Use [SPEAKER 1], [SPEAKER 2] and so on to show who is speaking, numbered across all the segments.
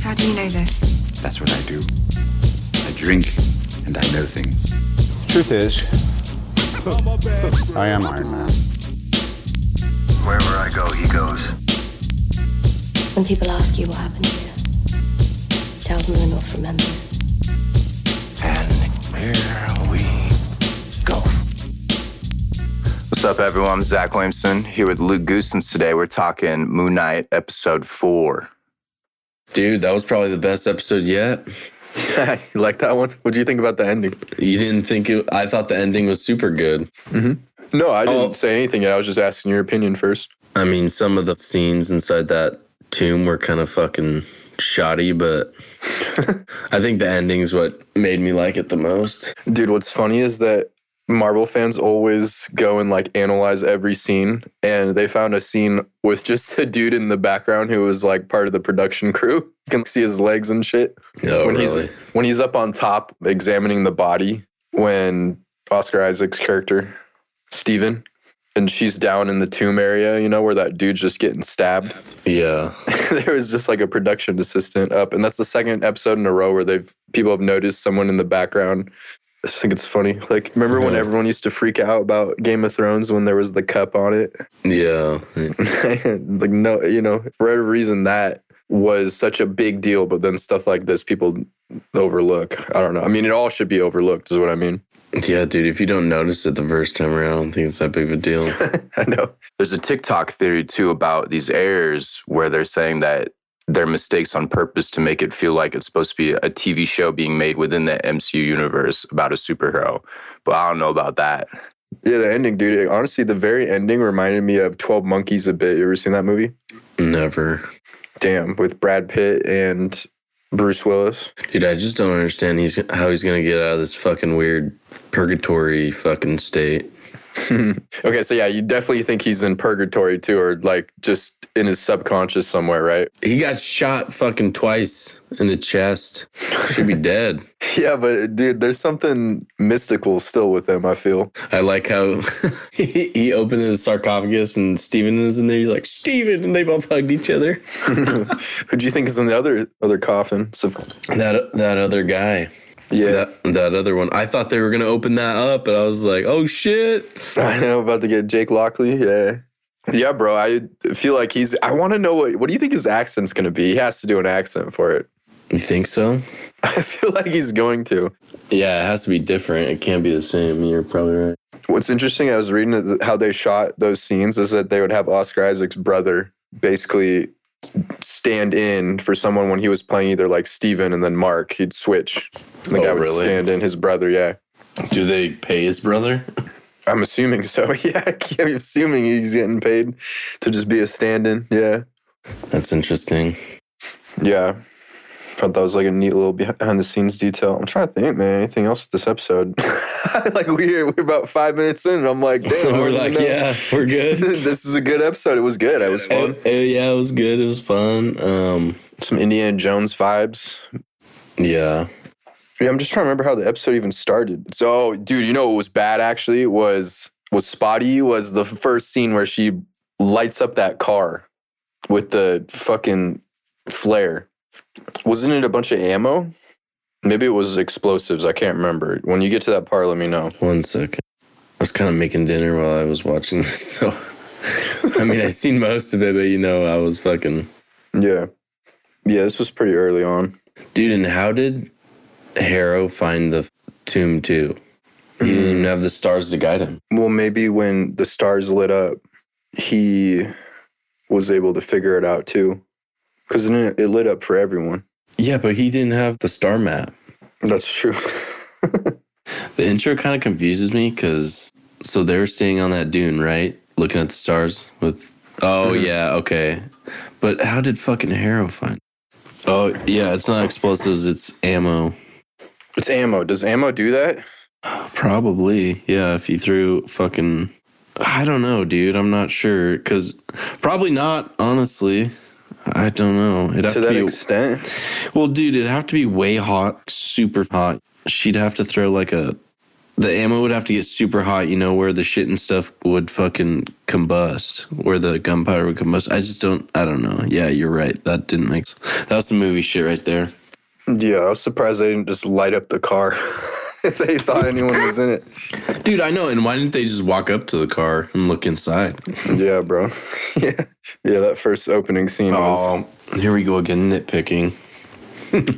[SPEAKER 1] How do you know this?
[SPEAKER 2] That's what I do. I drink and I know things.
[SPEAKER 3] Truth is, I am Iron Man.
[SPEAKER 2] Wherever I go, he goes.
[SPEAKER 4] When people ask you what happened here, tell them the North remembers.
[SPEAKER 5] And here we go. What's up, everyone? I'm Zach Williamson here with Luke Goosens. Today we're talking Moon Knight episode four.
[SPEAKER 6] Dude, that was probably the best episode yet.
[SPEAKER 7] you like that one? What do you think about the ending?
[SPEAKER 6] You didn't think it? I thought the ending was super good.
[SPEAKER 7] No, I didn't
[SPEAKER 6] Oh.
[SPEAKER 7] say anything yet. I was just asking your opinion first.
[SPEAKER 6] I mean, some of the scenes inside that tomb were kind of fucking shoddy, but I think the ending's what made me like it the most.
[SPEAKER 7] Dude, what's funny is that Marvel fans always go and like analyze every scene, and they found a scene with just a dude in the background who was like part of the production crew. You can see his legs and shit
[SPEAKER 6] Oh,
[SPEAKER 7] when
[SPEAKER 6] really?
[SPEAKER 7] he's when he's up on top examining the body. When Oscar Isaac's character, Steven, and she's down in the tomb area, you know, where that dude's just getting stabbed.
[SPEAKER 6] Yeah.
[SPEAKER 7] there was just like a production assistant up, and that's the second episode in a row where they've people have noticed someone in the background. I just think it's funny. Like, remember when
[SPEAKER 6] Yeah.
[SPEAKER 7] everyone used to freak out about Game of Thrones when there was the cup on it?
[SPEAKER 6] Yeah.
[SPEAKER 7] like, no, you know, for whatever reason, that was such a big deal. But then stuff like this, people overlook. I don't know. I mean, it all should be overlooked, is what I mean.
[SPEAKER 6] Yeah, dude, if you don't notice it the first time around, I don't think it's that big of a deal.
[SPEAKER 7] I know.
[SPEAKER 5] There's a TikTok theory too about these errors where they're saying that they're mistakes on purpose to make it feel like it's supposed to be a TV show being made within the MCU universe about a superhero. But I don't know about that.
[SPEAKER 7] Yeah, the ending, dude. it- honestly, the very ending reminded me of 12 Monkeys a bit. You ever seen that movie?
[SPEAKER 6] Never.
[SPEAKER 7] Damn, with Brad Pitt and Bruce Willis.
[SPEAKER 6] Dude, I just don't understand he's how he's gonna get out of this fucking weird purgatory fucking state.
[SPEAKER 7] Okay, so yeah, you definitely think he's in purgatory too, or like just in his subconscious somewhere, right?
[SPEAKER 6] He got shot fucking twice in the chest. Should be dead.
[SPEAKER 7] Yeah, but dude, there's something mystical still with him, I feel.
[SPEAKER 6] I like how he he opened the sarcophagus and Steven was in there. He's like, Steven! And they both hugged each other.
[SPEAKER 7] Who do you think is in the other other coffin? So,
[SPEAKER 6] That that other guy.
[SPEAKER 7] yeah,
[SPEAKER 6] That, that other one. I thought they were going to open that up, and I was like, oh shit.
[SPEAKER 7] I know about to get Jake Lockley. Yeah. Yeah, bro. I feel like he's I wanna know what what do you think his accent's gonna be? He has to do an accent for it.
[SPEAKER 6] You think so?
[SPEAKER 7] I feel like he's going to.
[SPEAKER 6] Yeah, it has to be different. It can't be the same. You're probably right.
[SPEAKER 7] What's interesting, I was reading that- how they shot those scenes, is that they would have Oscar Isaac's brother basically stand in for someone when he was playing either like Steven and then Mark. He'd switch. And the
[SPEAKER 6] Oh,
[SPEAKER 7] guy would
[SPEAKER 6] really?
[SPEAKER 7] stand in his brother, yeah.
[SPEAKER 6] Do they pay his brother?
[SPEAKER 7] I'm assuming so. Yeah, I'm assuming he's getting paid to just be a stand in. Yeah.
[SPEAKER 6] That's interesting.
[SPEAKER 7] Yeah. Thought that was like a neat little behind the scenes detail. I'm trying to think, man. Anything else with this episode? like we we're about five minutes in, and I'm like, damn, I
[SPEAKER 6] we're
[SPEAKER 7] already
[SPEAKER 6] like,
[SPEAKER 7] know.
[SPEAKER 6] yeah, we're good.
[SPEAKER 7] this is a good episode. It was good. It was
[SPEAKER 6] Uh,
[SPEAKER 7] fun.
[SPEAKER 6] uh, yeah, it was good. It was fun. Um,
[SPEAKER 7] Some Indiana Jones vibes.
[SPEAKER 6] yeah.
[SPEAKER 7] Yeah, I'm just trying to remember how the episode even started. So, dude, you know what was bad actually was was spotty was the first scene where she lights up that car with the fucking flare. Wasn't it a bunch of ammo? Maybe it was explosives. I can't remember. When you get to that part, let me know.
[SPEAKER 6] One second. I was kind of making dinner while I was watching this, so I mean, I seen most of it, but you know, I was fucking
[SPEAKER 7] Yeah. Yeah, this was pretty early on.
[SPEAKER 6] dude. And how did Harrow find the tomb too? He didn't even have the stars to guide him.
[SPEAKER 7] Well, maybe when the stars lit up, he was able to figure it out too. Because it lit up for everyone.
[SPEAKER 6] Yeah, but he didn't have the star map.
[SPEAKER 7] That's true.
[SPEAKER 6] The intro kind of confuses me because so they were staying on that dune, right? Looking at the stars with. Oh yeah, okay. But how did fucking Harrow find? Oh yeah, it's not explosives. It's ammo.
[SPEAKER 7] It's ammo. Does ammo do that?
[SPEAKER 6] Probably, yeah. If you threw fucking, I don't know, dude. I'm not sure because probably not. Honestly, I don't know. It'd have
[SPEAKER 7] To
[SPEAKER 6] to,
[SPEAKER 7] that
[SPEAKER 6] be
[SPEAKER 7] extent?
[SPEAKER 6] well, dude. It'd have to be way hot, super hot. She'd have to throw like a the ammo would have to get super hot, you know, where the shit and stuff would fucking combust, where the gunpowder would combust. I just don't, I don't know. Yeah, you're right. That didn't make That was the movie shit right there.
[SPEAKER 7] Yeah, I was surprised they didn't just light up the car if they thought anyone was in it.
[SPEAKER 6] Dude, I know. And why didn't they just walk up to the car and look inside?
[SPEAKER 7] Yeah, bro. yeah. Yeah, that first opening scene was.
[SPEAKER 6] Oh, here we go again, nitpicking.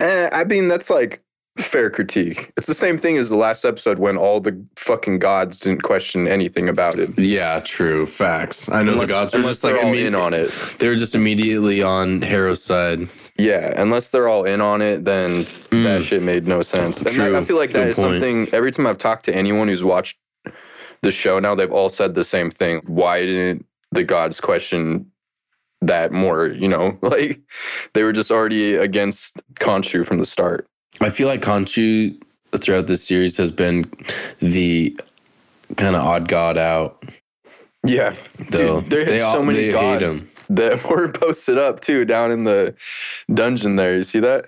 [SPEAKER 7] Eh, I mean, that's like fair critique. It's the same thing as the last episode when all the fucking gods didn't question anything about it.
[SPEAKER 6] Yeah, true. Facts. I know
[SPEAKER 7] Unless-
[SPEAKER 6] the gods were
[SPEAKER 7] unless
[SPEAKER 6] just like
[SPEAKER 7] they're all
[SPEAKER 6] imme-
[SPEAKER 7] in on it.
[SPEAKER 6] They were just immediately on Harrow's side.
[SPEAKER 7] Yeah, unless they're all in on it, then that shit made no sense. And that- I
[SPEAKER 6] Hmm. True.
[SPEAKER 7] feel like that
[SPEAKER 6] Good
[SPEAKER 7] is
[SPEAKER 6] point.
[SPEAKER 7] something. Every time I've talked to anyone who's watched the show now, they've all said the same thing. Why didn't the gods question that more? You know, like they were just already against Khonshu from the start.
[SPEAKER 6] I feel like Kanchu throughout this series has been the kind of odd god out.
[SPEAKER 7] Yeah,
[SPEAKER 6] Though.
[SPEAKER 7] there
[SPEAKER 6] They
[SPEAKER 7] are
[SPEAKER 6] all-
[SPEAKER 7] so many
[SPEAKER 6] they hate
[SPEAKER 7] gods
[SPEAKER 6] 'em.
[SPEAKER 7] that were posted up too down in the dungeon. There, you see that?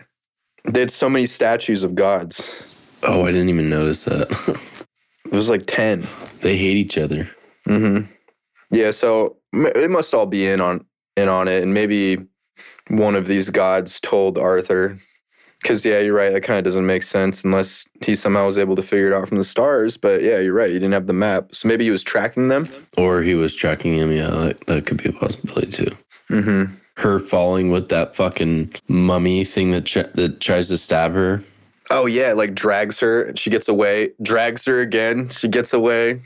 [SPEAKER 7] They had so many statues of gods.
[SPEAKER 6] Oh, I didn't even notice that.
[SPEAKER 7] It was like ten.
[SPEAKER 6] they hate each other.
[SPEAKER 7] hmm Yeah, so m- it must all be in on in on it, and maybe one of these gods told Arthur. Because yeah, you're right. That kind of doesn't make sense unless he somehow was able to figure it out from the stars. But yeah, you're right. He didn't have the map, so maybe he was tracking them.
[SPEAKER 6] Or he was tracking him. Yeah, that, that could be a possibility too.
[SPEAKER 7] Mm-hmm.
[SPEAKER 6] Her falling with that fucking mummy thing that tr- that tries to stab her.
[SPEAKER 7] Oh yeah, like drags her. She gets away. Drags her again. She gets away.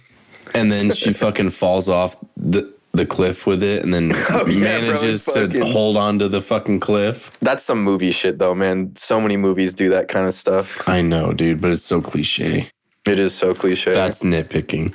[SPEAKER 6] and then she fucking falls off the the cliff with it and then
[SPEAKER 7] Oh, yeah, bro,
[SPEAKER 6] manages
[SPEAKER 7] fucking-
[SPEAKER 6] to hold on to the fucking cliff.
[SPEAKER 7] That's some movie shit though, man. So many movies do that kind of stuff.
[SPEAKER 6] I know, dude, but it's so cliche.
[SPEAKER 7] It is so cliche.
[SPEAKER 6] That's nitpicking.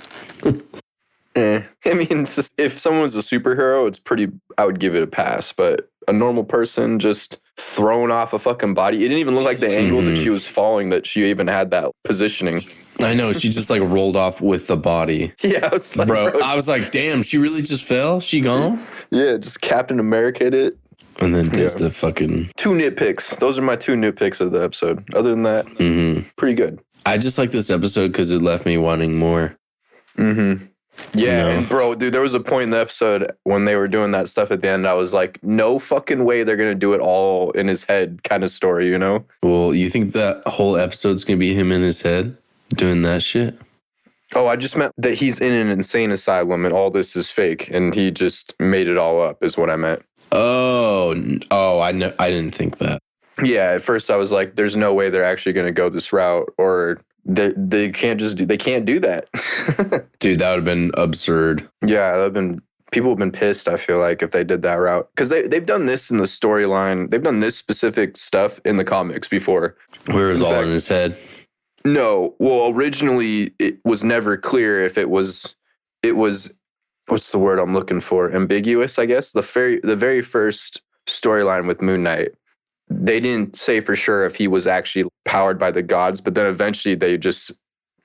[SPEAKER 7] Eh. I mean, it's just, if someone's a superhero, it's pretty. I would give it a pass, but a normal person just thrown off a fucking body. It didn't even look like the angle that she was falling. That she even had that positioning.
[SPEAKER 6] I know, she just like rolled off with the body.
[SPEAKER 7] Yeah, I was like,
[SPEAKER 6] Bro,
[SPEAKER 7] bro.
[SPEAKER 6] I was like, damn, she really just fell? She gone?
[SPEAKER 7] yeah, just Captain America did it.
[SPEAKER 6] And then does
[SPEAKER 7] Yeah.
[SPEAKER 6] the fucking
[SPEAKER 7] Two nitpicks. Those are my two nitpicks of the episode. Other than that,
[SPEAKER 6] hmm
[SPEAKER 7] pretty good.
[SPEAKER 6] I just like this episode because it left me wanting more.
[SPEAKER 7] Mm-hmm. Yeah,
[SPEAKER 6] No.
[SPEAKER 7] and bro, dude, there was a point in the episode when they were doing that stuff at the end. I was like, no fucking way they're gonna do it all in his head, kind of story, you know?
[SPEAKER 6] Well, you think that whole episode's gonna be him in his head doing that shit?
[SPEAKER 7] Oh, I just meant that he's in an insane asylum and all this is fake and he just made it all up, is what I meant.
[SPEAKER 6] Oh, n- oh, I know, I didn't think that.
[SPEAKER 7] Yeah, at first I was like, there's no way they're actually going to go this route or they, they can't just do, they can't do that.
[SPEAKER 6] Dude, that would have been absurd.
[SPEAKER 7] yeah, I've been, people have been pissed, I feel like, if they did that route. Because they, they've done this in the storyline, they've done this specific stuff in the comics before.
[SPEAKER 6] Where it was
[SPEAKER 7] In
[SPEAKER 6] all
[SPEAKER 7] fact-
[SPEAKER 6] in his head.
[SPEAKER 7] No, well, originally it was never clear if it was, it was, what's the word I'm looking for? Ambiguous, I guess. The very, the very first storyline with Moon Knight, they didn't say for sure if he was actually powered by the gods, but then eventually they just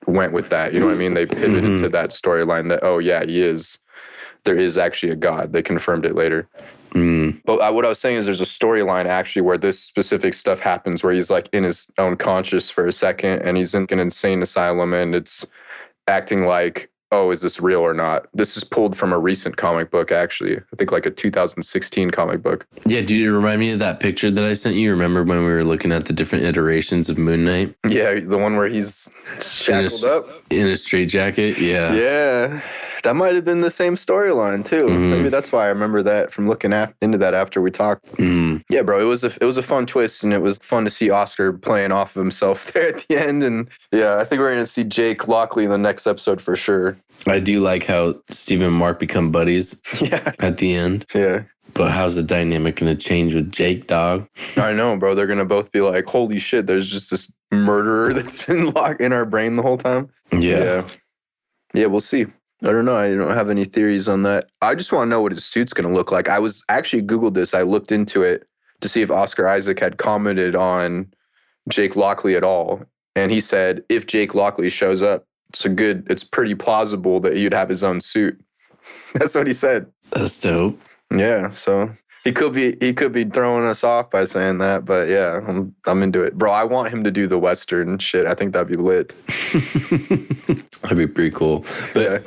[SPEAKER 7] went with that. You know what I mean? They pivoted
[SPEAKER 6] Mhm.
[SPEAKER 7] to that storyline that, oh yeah, he is. There is actually a god. They confirmed it later.
[SPEAKER 6] Mm.
[SPEAKER 7] But I, what I was saying is there's a storyline actually where this specific stuff happens where he's like in his own conscious for a second and he's in an insane asylum and it's acting like, oh, is this real or not? This is pulled from a recent comic book, actually. I think like a 2016 comic book.
[SPEAKER 6] Yeah, dude, it reminded me of that picture that I sent you. Remember when we were looking at the different iterations of Moon Knight
[SPEAKER 7] Yeah, the one where he's shackled up.
[SPEAKER 6] in a straitjacket? Yeah.
[SPEAKER 7] Yeah. That might have been the same storyline too.
[SPEAKER 6] Mhm.
[SPEAKER 7] Maybe that's why I remember that from looking af- into that after we talked.
[SPEAKER 6] Mm.
[SPEAKER 7] Yeah, bro, it was a it was a fun twist, and it was fun to see Oscar playing off of himself there at the end. And yeah, I think we're gonna see Jake Lockley in the next episode for sure.
[SPEAKER 6] I do like how Steve and Mark become buddies
[SPEAKER 7] Yeah,
[SPEAKER 6] at the end,
[SPEAKER 7] yeah,
[SPEAKER 6] but how's the dynamic going to change with Jake, dog?
[SPEAKER 7] I know, bro. They're gonna both be like, "Holy shit!" There's just this murderer that's been locked in our brain the whole time.
[SPEAKER 6] Yeah.
[SPEAKER 7] yeah, Yeah, we'll see. I don't know. I don't have any theories on that. I just want to know what his suit's gonna look like. I was actually googled this. I looked into it to see if Oscar Isaac had commented on Jake Lockley at all. And he said, if Jake Lockley shows up, it's a good, it's pretty plausible that he'd have his own suit. That's what he said.
[SPEAKER 6] That's dope.
[SPEAKER 7] Yeah. So He could be he could be throwing us off by saying that, but yeah, I'm I'm into it, bro. I want him to do the western shit. I think that'd be lit.
[SPEAKER 6] That'd be pretty cool. But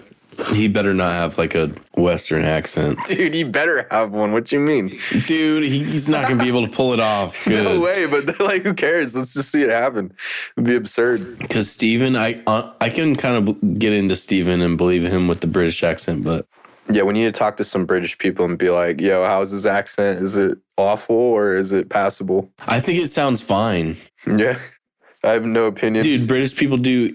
[SPEAKER 6] he better not have like a Western accent.
[SPEAKER 7] Dude, he better have one. What you mean?
[SPEAKER 6] Dude, he, he's not going to be able to pull it off.
[SPEAKER 7] No way. But like, who cares? Let's just see it happen. It'd be absurd.
[SPEAKER 6] Because Steven, I, uh, I can kind of get into Steven and believe him with the British accent, but
[SPEAKER 7] Yeah, we need to talk to some British people and be like, yo, how's his accent? Is it awful or is it passable?
[SPEAKER 6] I think it sounds fine.
[SPEAKER 7] Yeah. I have no opinion.
[SPEAKER 6] Dude, British people do,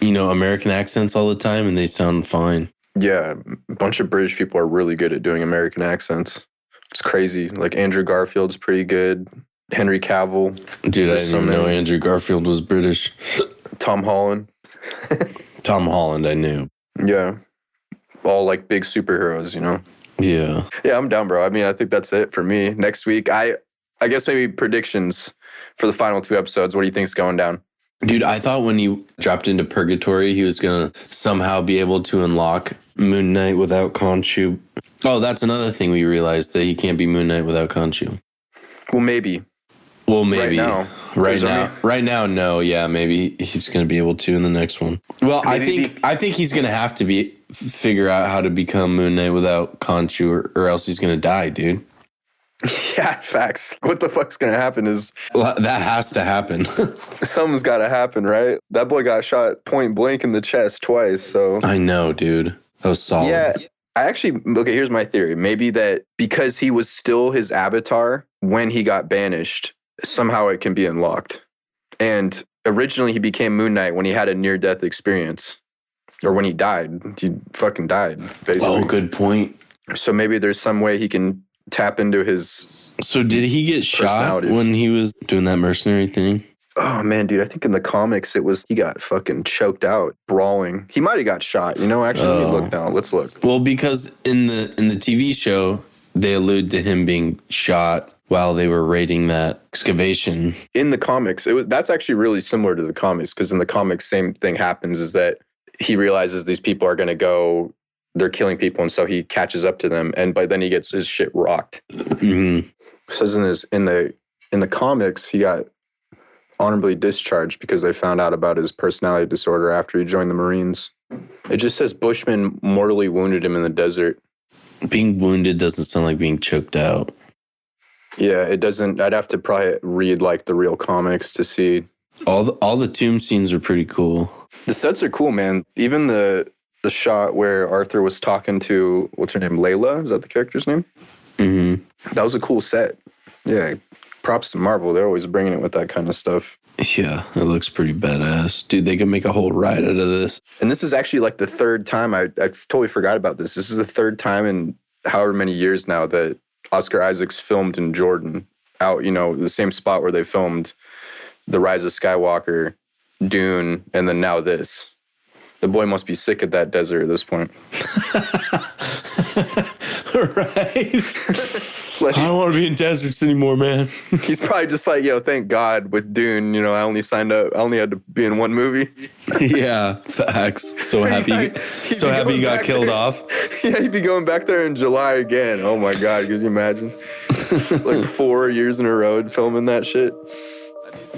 [SPEAKER 6] you know, American accents all the time and they sound fine.
[SPEAKER 7] Yeah, a bunch of British people are really good at doing American accents. It's crazy. Like Andrew Garfield's pretty good. Henry Cavill,
[SPEAKER 6] Dude, I
[SPEAKER 7] There's
[SPEAKER 6] didn't
[SPEAKER 7] so
[SPEAKER 6] even know
[SPEAKER 7] many.
[SPEAKER 6] Andrew Garfield was British.
[SPEAKER 7] Tom Holland.
[SPEAKER 6] Tom Holland, I knew.
[SPEAKER 7] Yeah. All like big superheroes, you know.
[SPEAKER 6] Yeah.
[SPEAKER 7] Yeah, I'm down, bro. I mean, I think that's it for me. Next week, I I guess maybe predictions for the final two episodes. What do you think's going down?
[SPEAKER 6] Dude, I thought when he dropped into Purgatory, he was going to somehow be able to unlock Moon Knight without Khonshu. Oh, that's another thing we realized that he can't be Moon Knight without Khonshu.
[SPEAKER 7] Well, maybe.
[SPEAKER 6] Well, maybe.
[SPEAKER 7] now.
[SPEAKER 6] Right
[SPEAKER 7] There's
[SPEAKER 6] now,
[SPEAKER 7] only-
[SPEAKER 6] right now, no, yeah, maybe he's gonna be able to in the next one. Well, I
[SPEAKER 7] Maybe
[SPEAKER 6] think I think he's gonna have to be f- figure out how to become Moon Knight without Khonshu, or, or else he's gonna die, dude.
[SPEAKER 7] Yeah, facts. What the fuck's gonna happen is
[SPEAKER 6] Well, That has to happen.
[SPEAKER 7] something's gotta happen, right? That boy got shot point blank in the chest twice, so
[SPEAKER 6] I know, dude. That was solid.
[SPEAKER 7] Yeah. I actually okay, here's my theory. Maybe that because he was still his avatar when he got banished, somehow it can be unlocked. And originally he became Moon Knight when he had a near death experience. Or when he died. He fucking died, basically.
[SPEAKER 6] Oh, good point.
[SPEAKER 7] So maybe there's some way he can tap into his
[SPEAKER 6] So did he get shot
[SPEAKER 7] Personalities.
[SPEAKER 6] when he was doing that mercenary thing?
[SPEAKER 7] Oh man, dude, I think in the comics it was he got fucking choked out, brawling. He might have got shot, you know. Actually, let me
[SPEAKER 6] Oh.
[SPEAKER 7] look now. Let's look.
[SPEAKER 6] Well, because in the in the TV show, they allude to him being shot while they were raiding that excavation.
[SPEAKER 7] in the comics, it was that's actually really similar to the comics because in the comics, same thing happens is that he realizes these people are going to go, they're killing people, and so he catches up to them, and but then he gets his shit rocked.
[SPEAKER 6] hmm
[SPEAKER 7] Says in his in the in the comics, he got honorably discharged because they found out about his personality disorder after he joined the Marines. It just says Bushman mortally wounded him in the desert.
[SPEAKER 6] Being wounded doesn't sound like being choked out.
[SPEAKER 7] Yeah, it doesn't. I'd have to probably read like the real comics to see
[SPEAKER 6] All the all the tomb scenes are pretty cool.
[SPEAKER 7] The sets are cool, man. Even the the shot where Arthur was talking to what's her name, Layla, is that the character's name?
[SPEAKER 6] hmm
[SPEAKER 7] That was a cool set. Yeah, props to Marvel. They're always bringing it with that kind of stuff.
[SPEAKER 6] Yeah, it looks pretty badass, dude. They could make a whole ride out of this.
[SPEAKER 7] And this is actually like the third time I I totally forgot about this. This is the third time in however many years now that Oscar Isaac's filmed in Jordan, out you know the same spot where they filmed The Rise of Skywalker, Dune, and then now this. The boy must be sick of that desert at this point.
[SPEAKER 6] right?
[SPEAKER 7] Like-
[SPEAKER 6] I don't want to be in deserts anymore, man.
[SPEAKER 7] He's probably just like, yo, thank God with Dune, you know, I only signed up, I only had to be in one movie.
[SPEAKER 6] yeah, facts. So happy,
[SPEAKER 7] He'd
[SPEAKER 6] so
[SPEAKER 7] be
[SPEAKER 6] happy
[SPEAKER 7] going
[SPEAKER 6] you got
[SPEAKER 7] back
[SPEAKER 6] killed
[SPEAKER 7] there.
[SPEAKER 6] off.
[SPEAKER 7] yeah, he'd be going back there in July again. Oh my God, could you imagine? like four years in a row filming that shit.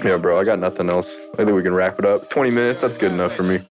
[SPEAKER 7] Yeah, bro, I got nothing else. I think we can wrap it up. 20 minutes, that's good enough for me.